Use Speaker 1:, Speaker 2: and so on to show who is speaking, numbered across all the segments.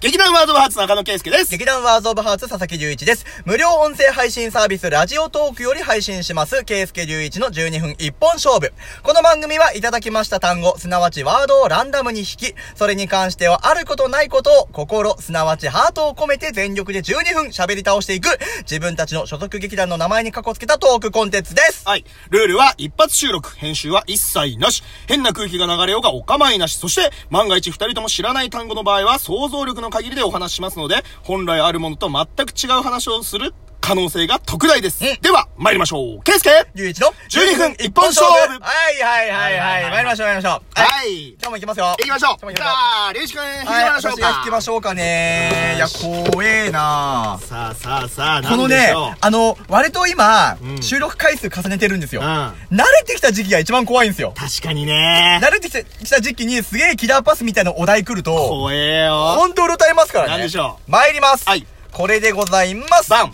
Speaker 1: 劇団ワードバーツ中野圭介です。
Speaker 2: 劇団ワーズオブハーツ佐々木隆一です。無料音声配信サービスラジオトークより配信します、ケイスケ隆一の12分一本勝負。この番組はいただきました単語、すなわちワードをランダムに引き、それに関してはあることないことを心、すなわちハートを込めて全力で12分喋り倒していく、自分たちの所属劇団の名前にかこつけたトークコンテンツです。
Speaker 1: はい。ルールは一発収録、編集は一切なし、変な空気が流れようがお構いなし、そして万が一二人とも知らない単語の場合は想像力の限りでお話ししますので、本来あるものと全く違う話をする可能性が特大です。では、参りましょう。圭介
Speaker 2: 隆一の
Speaker 1: 12分一本勝
Speaker 2: はい
Speaker 1: 負
Speaker 2: はいはいはい。参りましょう参りましょう。い。
Speaker 1: はい。
Speaker 2: 今日も行きますよ。
Speaker 1: 行きましょ
Speaker 2: 今
Speaker 1: う。じ
Speaker 2: 日も行き
Speaker 1: ゃ
Speaker 2: ましょう
Speaker 1: あ、りゅうしくん、弾き
Speaker 2: はい、
Speaker 1: ましょう
Speaker 2: 私
Speaker 1: か。
Speaker 2: が弾きましょうかね。いや、怖えな
Speaker 1: さあさあさあ、
Speaker 2: この
Speaker 1: なんで
Speaker 2: ね
Speaker 1: しょう、
Speaker 2: あの、割と今、
Speaker 1: うん
Speaker 2: 収録回数重ねてるんですよ。
Speaker 1: うん
Speaker 2: 慣れてきた時期が一番怖いんですよ。
Speaker 1: 確かにね。
Speaker 2: 慣れてきた時期にすげえキラーパスみたいなお題来ると、
Speaker 1: 怖えよ。
Speaker 2: ほんとうろたえますからね。
Speaker 1: なんでしょ
Speaker 2: う。参ります。
Speaker 1: はい
Speaker 2: これでございます。
Speaker 1: バン。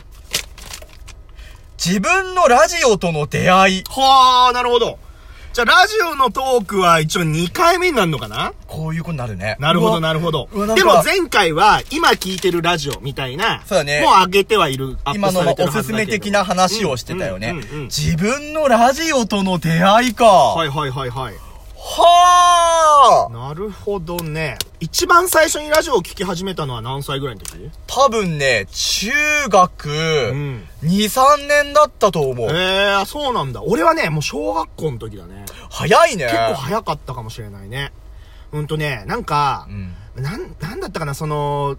Speaker 2: 自分のラジオとの出会い。
Speaker 1: はあ、なるほど。じゃあ、ラジオのトークは一応2回目になるのかな
Speaker 2: こういうことになるね。
Speaker 1: なるほ
Speaker 2: う
Speaker 1: ど、
Speaker 2: わ
Speaker 1: なるほど
Speaker 2: うわなん。か
Speaker 1: でも前回は、今聞いてるラジオみたいな、
Speaker 2: そうだね
Speaker 1: もう上げてはいる、アッ
Speaker 2: 今
Speaker 1: プ
Speaker 2: の
Speaker 1: され
Speaker 2: は
Speaker 1: てるは
Speaker 2: おす
Speaker 1: ず
Speaker 2: す
Speaker 1: だけ
Speaker 2: め
Speaker 1: ど
Speaker 2: 的な話をしてたよ
Speaker 1: うん
Speaker 2: ね
Speaker 1: うんうんうん。
Speaker 2: 自分のラジオとの出会いか。
Speaker 1: はいはいはいはい。
Speaker 2: はあ
Speaker 1: なるほどね。一番最初にラジオを聞き始めたのは何歳ぐらいの時
Speaker 2: 多分ね、中学、
Speaker 1: ん
Speaker 2: 2、3年だったと思
Speaker 1: え
Speaker 2: う。
Speaker 1: えー、そうなんだ。俺はね、もう小学校の時だね。
Speaker 2: 早いね。
Speaker 1: 結構早かったかもしれないね。うんとね、なんか
Speaker 2: う、ん。
Speaker 1: なん、なんだったかな、その、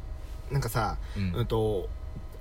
Speaker 1: なんかさ、う
Speaker 2: うんん、
Speaker 1: と、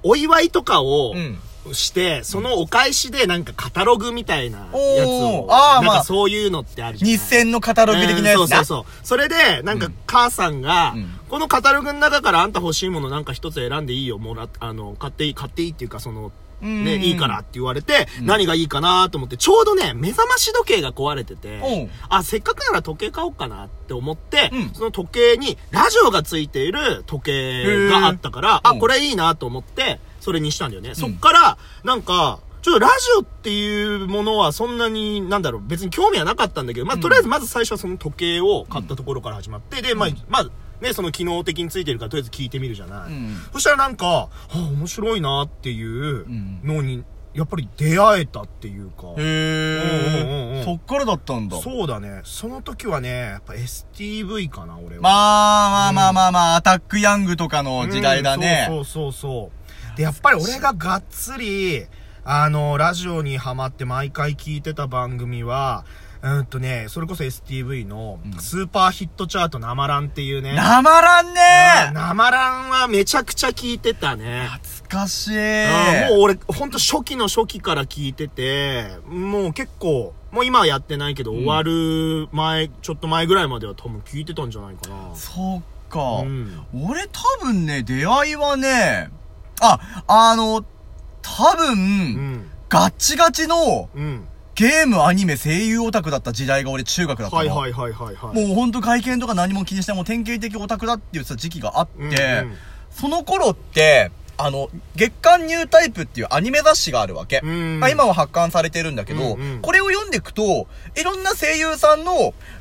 Speaker 1: お祝いとかを
Speaker 2: うん。
Speaker 1: して、そのお返しでなんかカタログみたいなやつを
Speaker 2: お、ーあー
Speaker 1: なん
Speaker 2: ま
Speaker 1: か
Speaker 2: あ
Speaker 1: そういうのってあるじゃん。
Speaker 2: 日清のカタログ的なや
Speaker 1: うん
Speaker 2: つ
Speaker 1: そうそ
Speaker 2: だ
Speaker 1: う。そう。それで、なんか母さんが、
Speaker 2: うん
Speaker 1: このカタログの中からあんた欲しいものなんか一つ選んでいいよ、もらっあの、買っていい、買っていいっていうか、その、
Speaker 2: うん
Speaker 1: ね、いいからって言われて、何がいいかなと思って、ちょうどね、目覚まし時計が壊れてて
Speaker 2: うん、
Speaker 1: あ、せっかくなら時計買おうかなって思って
Speaker 2: うん、
Speaker 1: その時計にラジオがついている時計があったから、
Speaker 2: ー
Speaker 1: あ、
Speaker 2: うん
Speaker 1: これいいなと思って、それにしたんだよね。そっから、なんか、ちょっとラジオっていうものはそんなに、なんだろう、別に興味はなかったんだけど、まあ、
Speaker 2: うん
Speaker 1: とりあえずまず最初はその時計を買ったところから始まって、で、まあ、まあ、ね、その機能的についてるからとりあえず聞いてみるじゃない。
Speaker 2: うん
Speaker 1: そしたらなんか、はあ、面白いなっていう
Speaker 2: うん
Speaker 1: のに、やっぱり出会えたっていうか、う
Speaker 2: へ
Speaker 1: んうんうんうん
Speaker 2: え。そっからだったんだ。
Speaker 1: そうだね、その時はね、やっぱ STV かな、俺は。
Speaker 2: まあまあまあまあまあ、アタックヤングとかの時代だ
Speaker 1: う
Speaker 2: ね。
Speaker 1: んそうそうそうそう。で、やっぱり俺ががっつり、あの、ラジオにハマって毎回聞いてた番組は、うんとね、それこそ STV のスーパーヒットチャート生ランっていうね。
Speaker 2: なまらん
Speaker 1: うん
Speaker 2: ね
Speaker 1: 生ランはめちゃくちゃ聞いてたね。
Speaker 2: 懐かしい。
Speaker 1: あーもう俺、ほんと初期の初期から聞いてて、もう結構、もう今はやってないけど、終わる前、ちょっと前ぐらいまでは多分聞いてたんじゃないかな。
Speaker 2: そっか。
Speaker 1: うん。
Speaker 2: 俺多分ね、出会いはね、あ、あの、多
Speaker 1: う
Speaker 2: 分、
Speaker 1: ん。
Speaker 2: ガッチガチの、
Speaker 1: うん。
Speaker 2: ゲーム、アニメ、声優オタクだった時代が俺中学だったの。
Speaker 1: はいはいはいはいはい。
Speaker 2: もうほんと外見とか何も気にしてないもう典型的オタクだって言ってた時期があって、
Speaker 1: うんうん
Speaker 2: その頃って、あの、月刊ニュータイプっていうアニメ雑誌があるわけ。
Speaker 1: うん
Speaker 2: まあ今は発刊されてるんだけど、
Speaker 1: うんうん
Speaker 2: これを読んでいくと、いろんな声優さんの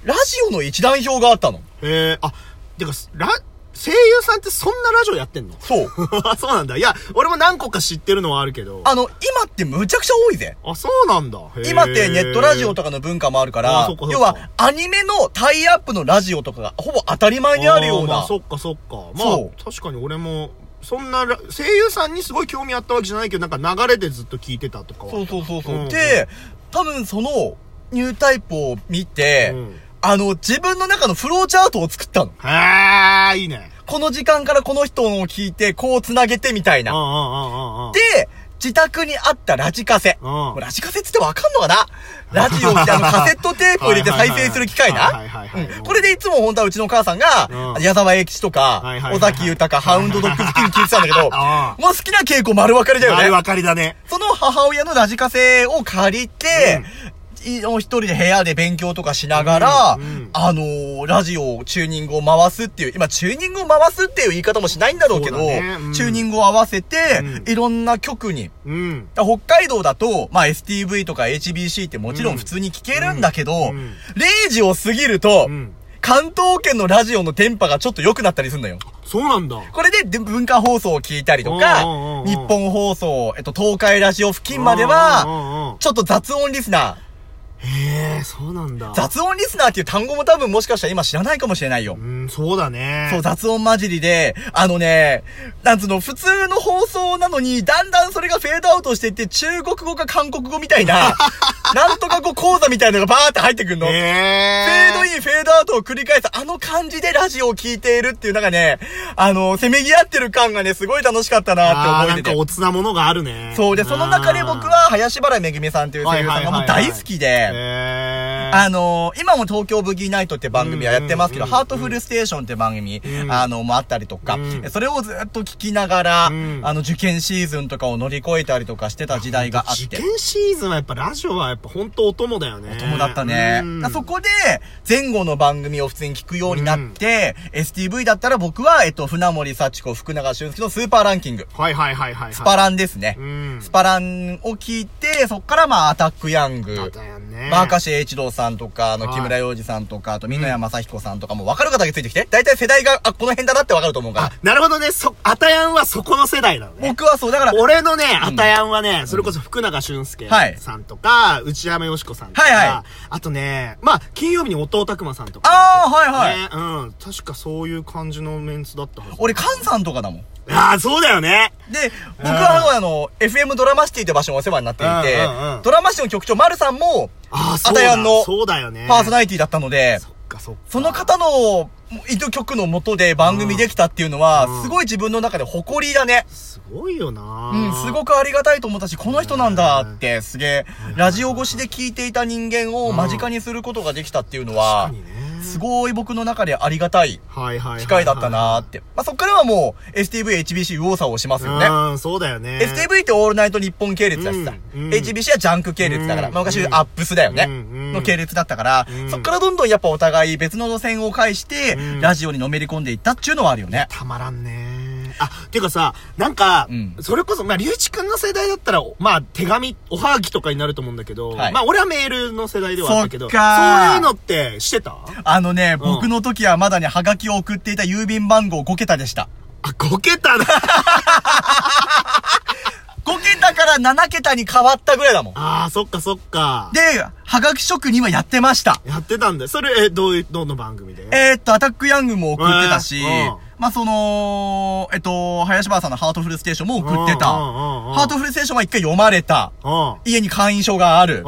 Speaker 2: ラジオの一覧表があったの。
Speaker 1: えー、あ、てか、ラ、声優さんってそんなラジオやってんの
Speaker 2: そう。
Speaker 1: そうなんだ。いや、俺も何個か知ってるのはあるけど。あ、
Speaker 2: あの、今ってむちゃくちゃ多いぜ。
Speaker 1: そうなんだ。へー
Speaker 2: 今ってネットラジオとかの文化もあるか
Speaker 1: あー
Speaker 2: ら
Speaker 1: そっかそっ、か
Speaker 2: 要はアニメのタイアップのラジオとかがほぼ当たり前にあるよう
Speaker 1: ー
Speaker 2: な。
Speaker 1: まあ、そっかそっか。ま
Speaker 2: そ
Speaker 1: あ、確かに俺も、そんなら、声優さんにすごい興味あったわけじゃないけど、なんか流れでずっと聞いてたとかは。
Speaker 2: そうそうそうそう。
Speaker 1: うん
Speaker 2: で、多分そのニュータイプを見て、
Speaker 1: うん
Speaker 2: あの、自分の中のフローチャートを作ったの。
Speaker 1: へー、いいね。
Speaker 2: この時間からこの人のを聞いて、こう繋げてみたい
Speaker 1: うんう
Speaker 2: な。
Speaker 1: んうんうんうん。
Speaker 2: で、自宅にあったラジカセ。
Speaker 1: うん
Speaker 2: ラジカセっつってわかんのかなラジオ ってあのカセットテープを入れて再生する機械
Speaker 1: はい
Speaker 2: な。
Speaker 1: はいは
Speaker 2: う
Speaker 1: いはい。
Speaker 2: んこれでいつも本当はうちの母さんが
Speaker 1: う、ん
Speaker 2: 矢沢永吉と
Speaker 1: はいはい
Speaker 2: か
Speaker 1: はいは、い
Speaker 2: 尾崎豊、ハウンドドッグ好きに聞いてたんだけど、
Speaker 1: あ
Speaker 2: もう好きな傾向丸分かりだよ
Speaker 1: あ、
Speaker 2: ね。
Speaker 1: あれ分かりだね。
Speaker 2: その母親のラジカセを借りて、い一人で部屋で勉強とかしながら、
Speaker 1: うんうん
Speaker 2: あのーラジオをチューニングを回すっていう、今チューニングを回すっていう言い方もしないんだろうけど、
Speaker 1: そうだねうん
Speaker 2: チューニングを合わせて、
Speaker 1: うん
Speaker 2: いろんな曲に、
Speaker 1: うん。
Speaker 2: だ北海道だと、まあ、STV とか HBC ってもちろん普通に聴けるんだけど、
Speaker 1: うんうん
Speaker 2: 0時を過ぎると、
Speaker 1: うん。
Speaker 2: 関東圏のラジオの電波がちょっと良くなったりすんのよ。
Speaker 1: そうなんだ。
Speaker 2: これでで文化放送を聞いたりとか
Speaker 1: うんうんうんう、ん
Speaker 2: 日本放送、えっと、東海ラジオ付近まで
Speaker 1: うんうんう
Speaker 2: は
Speaker 1: ん、
Speaker 2: ちょっと雑音リスナ
Speaker 1: へえ、そうなんだ
Speaker 2: ー。。雑音リスナーっていう単語も多分もしかしたら今知らないかもしれないよ
Speaker 1: う。ん、そうだね。
Speaker 2: そう、雑音混じりで、あのね、なんつうの、普通の放送なのに、だんだんそれがフェードアウトしていって、中国語か韓国語みた いな、なんとか語講座みたいなのがバーって入ってくるの。
Speaker 1: へ
Speaker 2: フ
Speaker 1: え。
Speaker 2: ェードイン、フェードアウトを繰り返す、あの感じでラジオを聞いているっていう、なんかね、あの、せめぎ合ってる感がね、すごい楽しかったなっ
Speaker 1: あ
Speaker 2: て
Speaker 1: ー
Speaker 2: 覚
Speaker 1: な
Speaker 2: え
Speaker 1: ん
Speaker 2: て
Speaker 1: か
Speaker 2: て。
Speaker 1: おつなものがあるね。
Speaker 2: そう、で、その中で僕は、林原めぐみさんっていう
Speaker 1: は
Speaker 2: 声
Speaker 1: い
Speaker 2: 優さ
Speaker 1: は
Speaker 2: ん
Speaker 1: いはいはい、
Speaker 2: がもう大好きで、
Speaker 1: へー
Speaker 2: あのー今も東京ブギーナイトって番組はやってますけど、
Speaker 1: うんうんうん
Speaker 2: ハートフルステーションって番組、
Speaker 1: うん
Speaker 2: あの、もあったりとか、
Speaker 1: うん
Speaker 2: それをずっと聞きながら、
Speaker 1: うん
Speaker 2: あの、受験シーズンとかを乗り越えたりとかしてた時代があっ
Speaker 1: 受
Speaker 2: て。
Speaker 1: 験シーズンはやっぱラジオはやっぱ本当お供だよね。
Speaker 2: 友だったね。
Speaker 1: うん
Speaker 2: だからそこで、前後の番組を普通に聞くようになって、STV だったら僕は、えっと、船森幸子、福永俊介のスーパーランキング。
Speaker 1: はいはいはいはいはい。
Speaker 2: スパランですね。
Speaker 1: うん。
Speaker 2: スパランを聞いて、そっからまあ、アタックヤング。
Speaker 1: だったよね。
Speaker 2: バーカシエイチローさんとか、あの、
Speaker 1: はい
Speaker 2: 木村洋二さんとか、あと、美濃谷正彦さんとかも分かる方がついてきて。大体世代が、あ、この辺だなって分かると思うから
Speaker 1: あ。、なるほどね。そ、アタヤンはそこの世代なのね。
Speaker 2: 僕はそう、だから、
Speaker 1: 俺のね、アタヤンはね、それこそ福永俊介
Speaker 2: はい
Speaker 1: さんとか、内山よしこさんとか、
Speaker 2: はいはい
Speaker 1: あとね、まあ、金曜日に音尾拓磨さんとか、
Speaker 2: ああ、はいはい。
Speaker 1: ね、うん、確かそういう感じのメンツだったはず。
Speaker 2: 俺、菅さんとかだもん。
Speaker 1: ああ、そうだよね。
Speaker 2: で、僕はあの、FM ドラマシティという場所にお世話になっていて
Speaker 1: うんうんう、ん
Speaker 2: ドラマシティの局長、丸さんも、
Speaker 1: ああ、そ
Speaker 2: ア
Speaker 1: う
Speaker 2: タヤ
Speaker 1: だ
Speaker 2: ンの
Speaker 1: そうだよね。
Speaker 2: パーソナリティだったので、
Speaker 1: そっかそっか。
Speaker 2: その方の、意図曲の下で番組できたっていうのは
Speaker 1: う、ん
Speaker 2: すごい自分の中で誇りだね。
Speaker 1: すごいよな
Speaker 2: うん、すごくありがたいと思ったし、この人なんだって、すげえ、ラジオ越しで聞いていた人間を間近にすることができたっていうのは
Speaker 1: 確か、にね。
Speaker 2: すごい僕の中でありがたい
Speaker 1: はいはいはいはい。
Speaker 2: 機会だったなーって。まあ、そっからはもう、STV、HBC、右往左往しますよね。
Speaker 1: うん、そうだよね。
Speaker 2: STV ってオールナイト日本系列だしさ、
Speaker 1: うんうん
Speaker 2: HBC はジャンク系列だから、
Speaker 1: うん
Speaker 2: まあ、昔アップスだよね、
Speaker 1: うんうん
Speaker 2: の系列だったから、
Speaker 1: うん
Speaker 2: そっからどんどんやっぱお互い別の路線を介して、
Speaker 1: うん
Speaker 2: ラジオにのめり込んでいったっていうのはあるよね。
Speaker 1: たまらんねあ、ていうかさ、なんか、
Speaker 2: うん
Speaker 1: それこそ、まあ、龍一くんの世代だったら、まあ、手紙、おはぎとかになると思うんだけど、
Speaker 2: はい
Speaker 1: まあ、俺はメールの世代ではあったけど、
Speaker 2: そっかー
Speaker 1: そういうのってしてた
Speaker 2: あのね、僕の時はまだね、ハガキを送っていた郵便番号5桁でした。
Speaker 1: あ、こけた な
Speaker 2: 5桁から7桁に変わったぐらいだもん。
Speaker 1: あー、そっかそっか。
Speaker 2: で、はがき職人はやってました。
Speaker 1: やってたんだよ。それ、え、どういう、どの番組で
Speaker 2: えー、っと、アタックヤングも送ってたし、
Speaker 1: えーうん
Speaker 2: まあ、その、えっと、林原さんのハートフルステーションも送ってた。
Speaker 1: うんうんうんうん
Speaker 2: ハートフルステーションは一回読まれた。
Speaker 1: うん。
Speaker 2: 家に会員証がある。
Speaker 1: うん。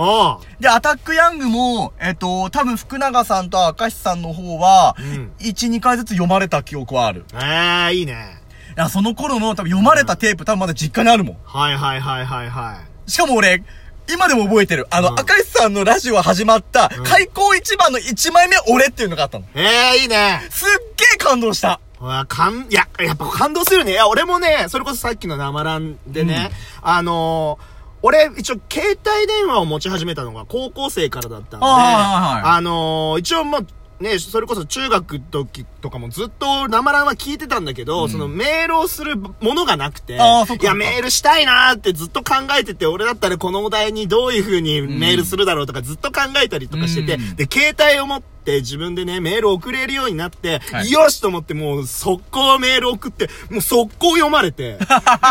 Speaker 2: で、アタックヤングも、えっと、多分福永さんと明石さんの方は、
Speaker 1: うん
Speaker 2: 1、2回ずつ読まれた記憶はある。
Speaker 1: えー、いいね。
Speaker 2: いやその頃の多分読まれたテープ多分まだ実家にあるもん。
Speaker 1: はいはいはいはいはい。
Speaker 2: しかも俺、今でも覚えてる。あの、
Speaker 1: うん
Speaker 2: 赤石さんのラジオ始まった、
Speaker 1: ん
Speaker 2: 開口一番の1枚目俺っていうのがあったの。
Speaker 1: えー、いいね。
Speaker 2: すっげえ感動した。
Speaker 1: うわ、かん、いや、やっぱ感動するね。いや、俺もね、それこそさっきの生ランでね、あのー俺、一応、携帯電話を持ち始めたのが高校生からだったんで、
Speaker 2: あーはいはい
Speaker 1: あのー一応まあ、ね、それこそ中学の時とかもずっと生ランは聞いてたんだけど、そのメールをするものがなくて、
Speaker 2: あーそっか
Speaker 1: いや、メールしたいなーってずっと考えてて、俺だったらこのお題にどういう風にメールするだろうとかずっと考えたりとかしてて、
Speaker 2: うん
Speaker 1: で、携帯を持って自分でね、メールを送れるようになって、
Speaker 2: はい
Speaker 1: よしと思ってもう速攻メール送って、もう速攻読まれて、 で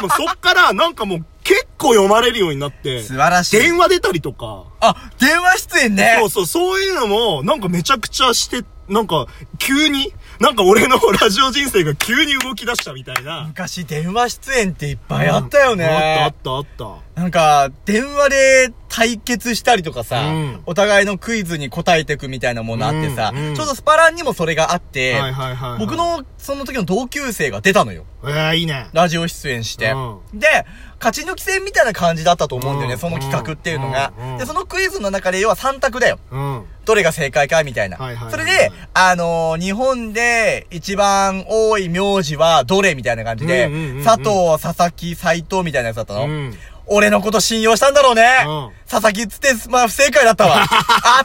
Speaker 1: もそっからなんかもう結構読まれるようになって、
Speaker 2: 素晴らしい。
Speaker 1: 電話出たりとか、
Speaker 2: あ、電話出演ね
Speaker 1: そう。そう、そういうのもなんかめちゃくちゃして、なんか急に、なんか俺のラジオ人生が急に動き出したみたいな。
Speaker 2: 昔電話出演っていっぱいあったよ
Speaker 1: あっ
Speaker 2: ね。
Speaker 1: たあったあっ
Speaker 2: なんか、電話で対決したりとか
Speaker 1: う
Speaker 2: さ、
Speaker 1: ん
Speaker 2: お互いのクイズに答えてくみたいなものあってさ、
Speaker 1: うんうん
Speaker 2: ちょうどスパランにもそれがあって、
Speaker 1: た。はいはいはいはい。
Speaker 2: 僕、のその時の同級生が出たのよ。
Speaker 1: えー、いいね。
Speaker 2: ラジオ出演して。
Speaker 1: う
Speaker 2: で、勝ち抜き戦みたいな感じだったと思うんだよね、
Speaker 1: うん
Speaker 2: その企画っていうのが、
Speaker 1: うんうん
Speaker 2: で、そのクイズの中で、要は3択だよ。
Speaker 1: うん。
Speaker 2: どれが正解かみたいな。
Speaker 1: はいはいはい
Speaker 2: それで、あのー日本で一番多い名字はどれみたいな感じで、
Speaker 1: うんうんうんうん
Speaker 2: 佐藤、佐々木、斎藤みたいなやつだったの。
Speaker 1: うん
Speaker 2: 俺のこと信用したんだろうね。
Speaker 1: うん
Speaker 2: 佐々木っつって、まあ不正解だっ たわ。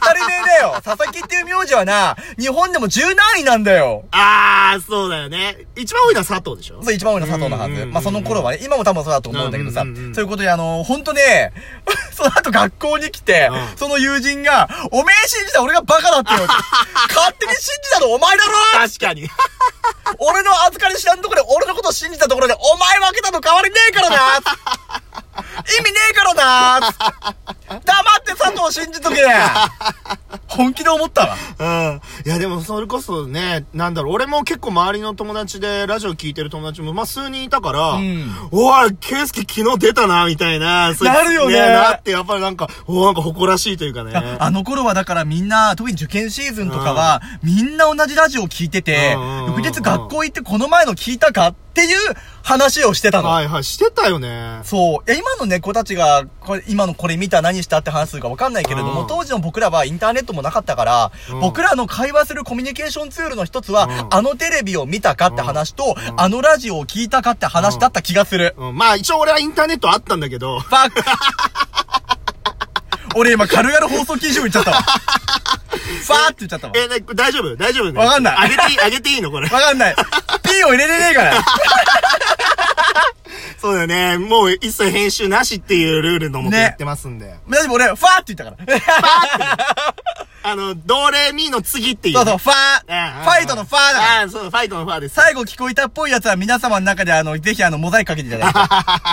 Speaker 2: 当たり前だよ。佐々木っていう名字はな、日本でも十何位なんだよ。
Speaker 1: あー、そうだよね。一番多いのは佐藤でしょ
Speaker 2: そう、一番多いのは佐藤のは
Speaker 1: うんうんうん
Speaker 2: ず。
Speaker 1: うん
Speaker 2: まあ、その頃はね、今も多分そうだと思うんだけどさ
Speaker 1: うんうんう。ん
Speaker 2: そういうことで、あの、ほんとね、 その後学校に来て
Speaker 1: う、ん
Speaker 2: その友人が、おめえ信じた俺がバカだった よって。勝手に信じたのお前だろ
Speaker 1: 確かに。
Speaker 2: 俺の預かり知らんところで俺のこと信じたところで、お前負けたの変わりねえからな意味ねえからな黙って佐藤信じとけ本気で思ったわ。
Speaker 1: うん。いや、でも、それこそね、なんだろう、俺も結構周りの友達で、ラジオ聞いてる友達も、まあ、数人いたから、
Speaker 2: ん
Speaker 1: おい、ケースケ昨日出たな、みたいな、そう
Speaker 2: なるよね
Speaker 1: なって、やっぱりなんか、おなんか誇らしいというかね。
Speaker 2: あの頃はだからみんな、特に受験シーズンとかは、みんな同じラジオを聞いてて
Speaker 1: うんうんうん、うん
Speaker 2: 翌日学校行ってこの前の聞いたかっていう話をしてたの。
Speaker 1: はいはい、してたよね。
Speaker 2: そう。いや、今の猫たちが、これ、今のこれ見た何したって話するかわかんないけれども、
Speaker 1: うん
Speaker 2: 当時の僕らはインターネットもなかったから、
Speaker 1: うん
Speaker 2: 僕らの会話するコミュニケーションツールの一つは、
Speaker 1: うん
Speaker 2: あのテレビを見たかって話と、
Speaker 1: うん
Speaker 2: あのラジオを聞いたかって話だった気がする。
Speaker 1: うん、まあ、一応俺はインターネットあったんだけど、
Speaker 2: バッ 俺今軽々放送禁止を言っ ちゃったわ。ファーって言っちゃったわ。
Speaker 1: え、ね大丈夫大丈夫ね
Speaker 2: わかんない
Speaker 1: あげていい、あげていいの これ。
Speaker 2: わかんない。ピンを入れれねえから。
Speaker 1: そうだよね。もう一切編集なしっていうルールのもと
Speaker 2: ね
Speaker 1: やってますんで。
Speaker 2: 大丈夫、俺、ファーって言ったから。
Speaker 1: あの、ドレミの次っていう
Speaker 2: そ
Speaker 1: ね、
Speaker 2: うそう、ファー。ファイトのファーだから。
Speaker 1: ああ、そう、ファイトのファーです。
Speaker 2: 最後聞こえたっぽいやつは皆様の中であの、ぜひあの、モザイクかけていた だいて。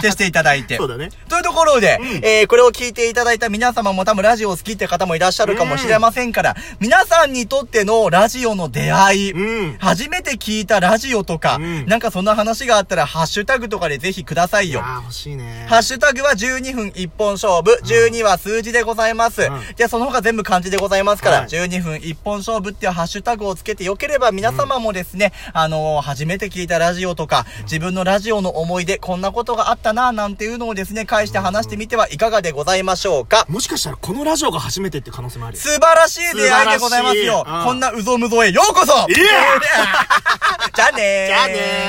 Speaker 2: 消していただいて。
Speaker 1: そうだね。
Speaker 2: というところで、えー、これを聞いていただいた皆様も多分ラジオを好きって方もいらっしゃるかもしれませんから、皆さんにとってのラジオの出会い、
Speaker 1: うん
Speaker 2: 初めて聞いたラジオとか、
Speaker 1: うん
Speaker 2: なんかそんな話があったら、ハッシュタグとかでぜひくださいよ。
Speaker 1: ああ、欲しいね。
Speaker 2: ハッシュタグは12分1本勝負。12は数字でございます。
Speaker 1: ん
Speaker 2: で、その他全部漢字でございますから、
Speaker 1: はい
Speaker 2: 12分1本勝負っていうハッシュタグをつけてよければ皆様もですね、あのー初めて聞いたラジオとか、自分のラジオの思い出、こんなことがあったなぁなんていうのをですね、返して話してみてはいかがでございましょうか。
Speaker 1: もしかしたらこのラジオが初めてって可能性もあるよ。
Speaker 2: 素晴らしい出会いでございますよ
Speaker 1: 素晴らしい。うん
Speaker 2: こんなうぞむぞへようこそ
Speaker 1: いや
Speaker 2: じゃあねー
Speaker 1: じゃあねー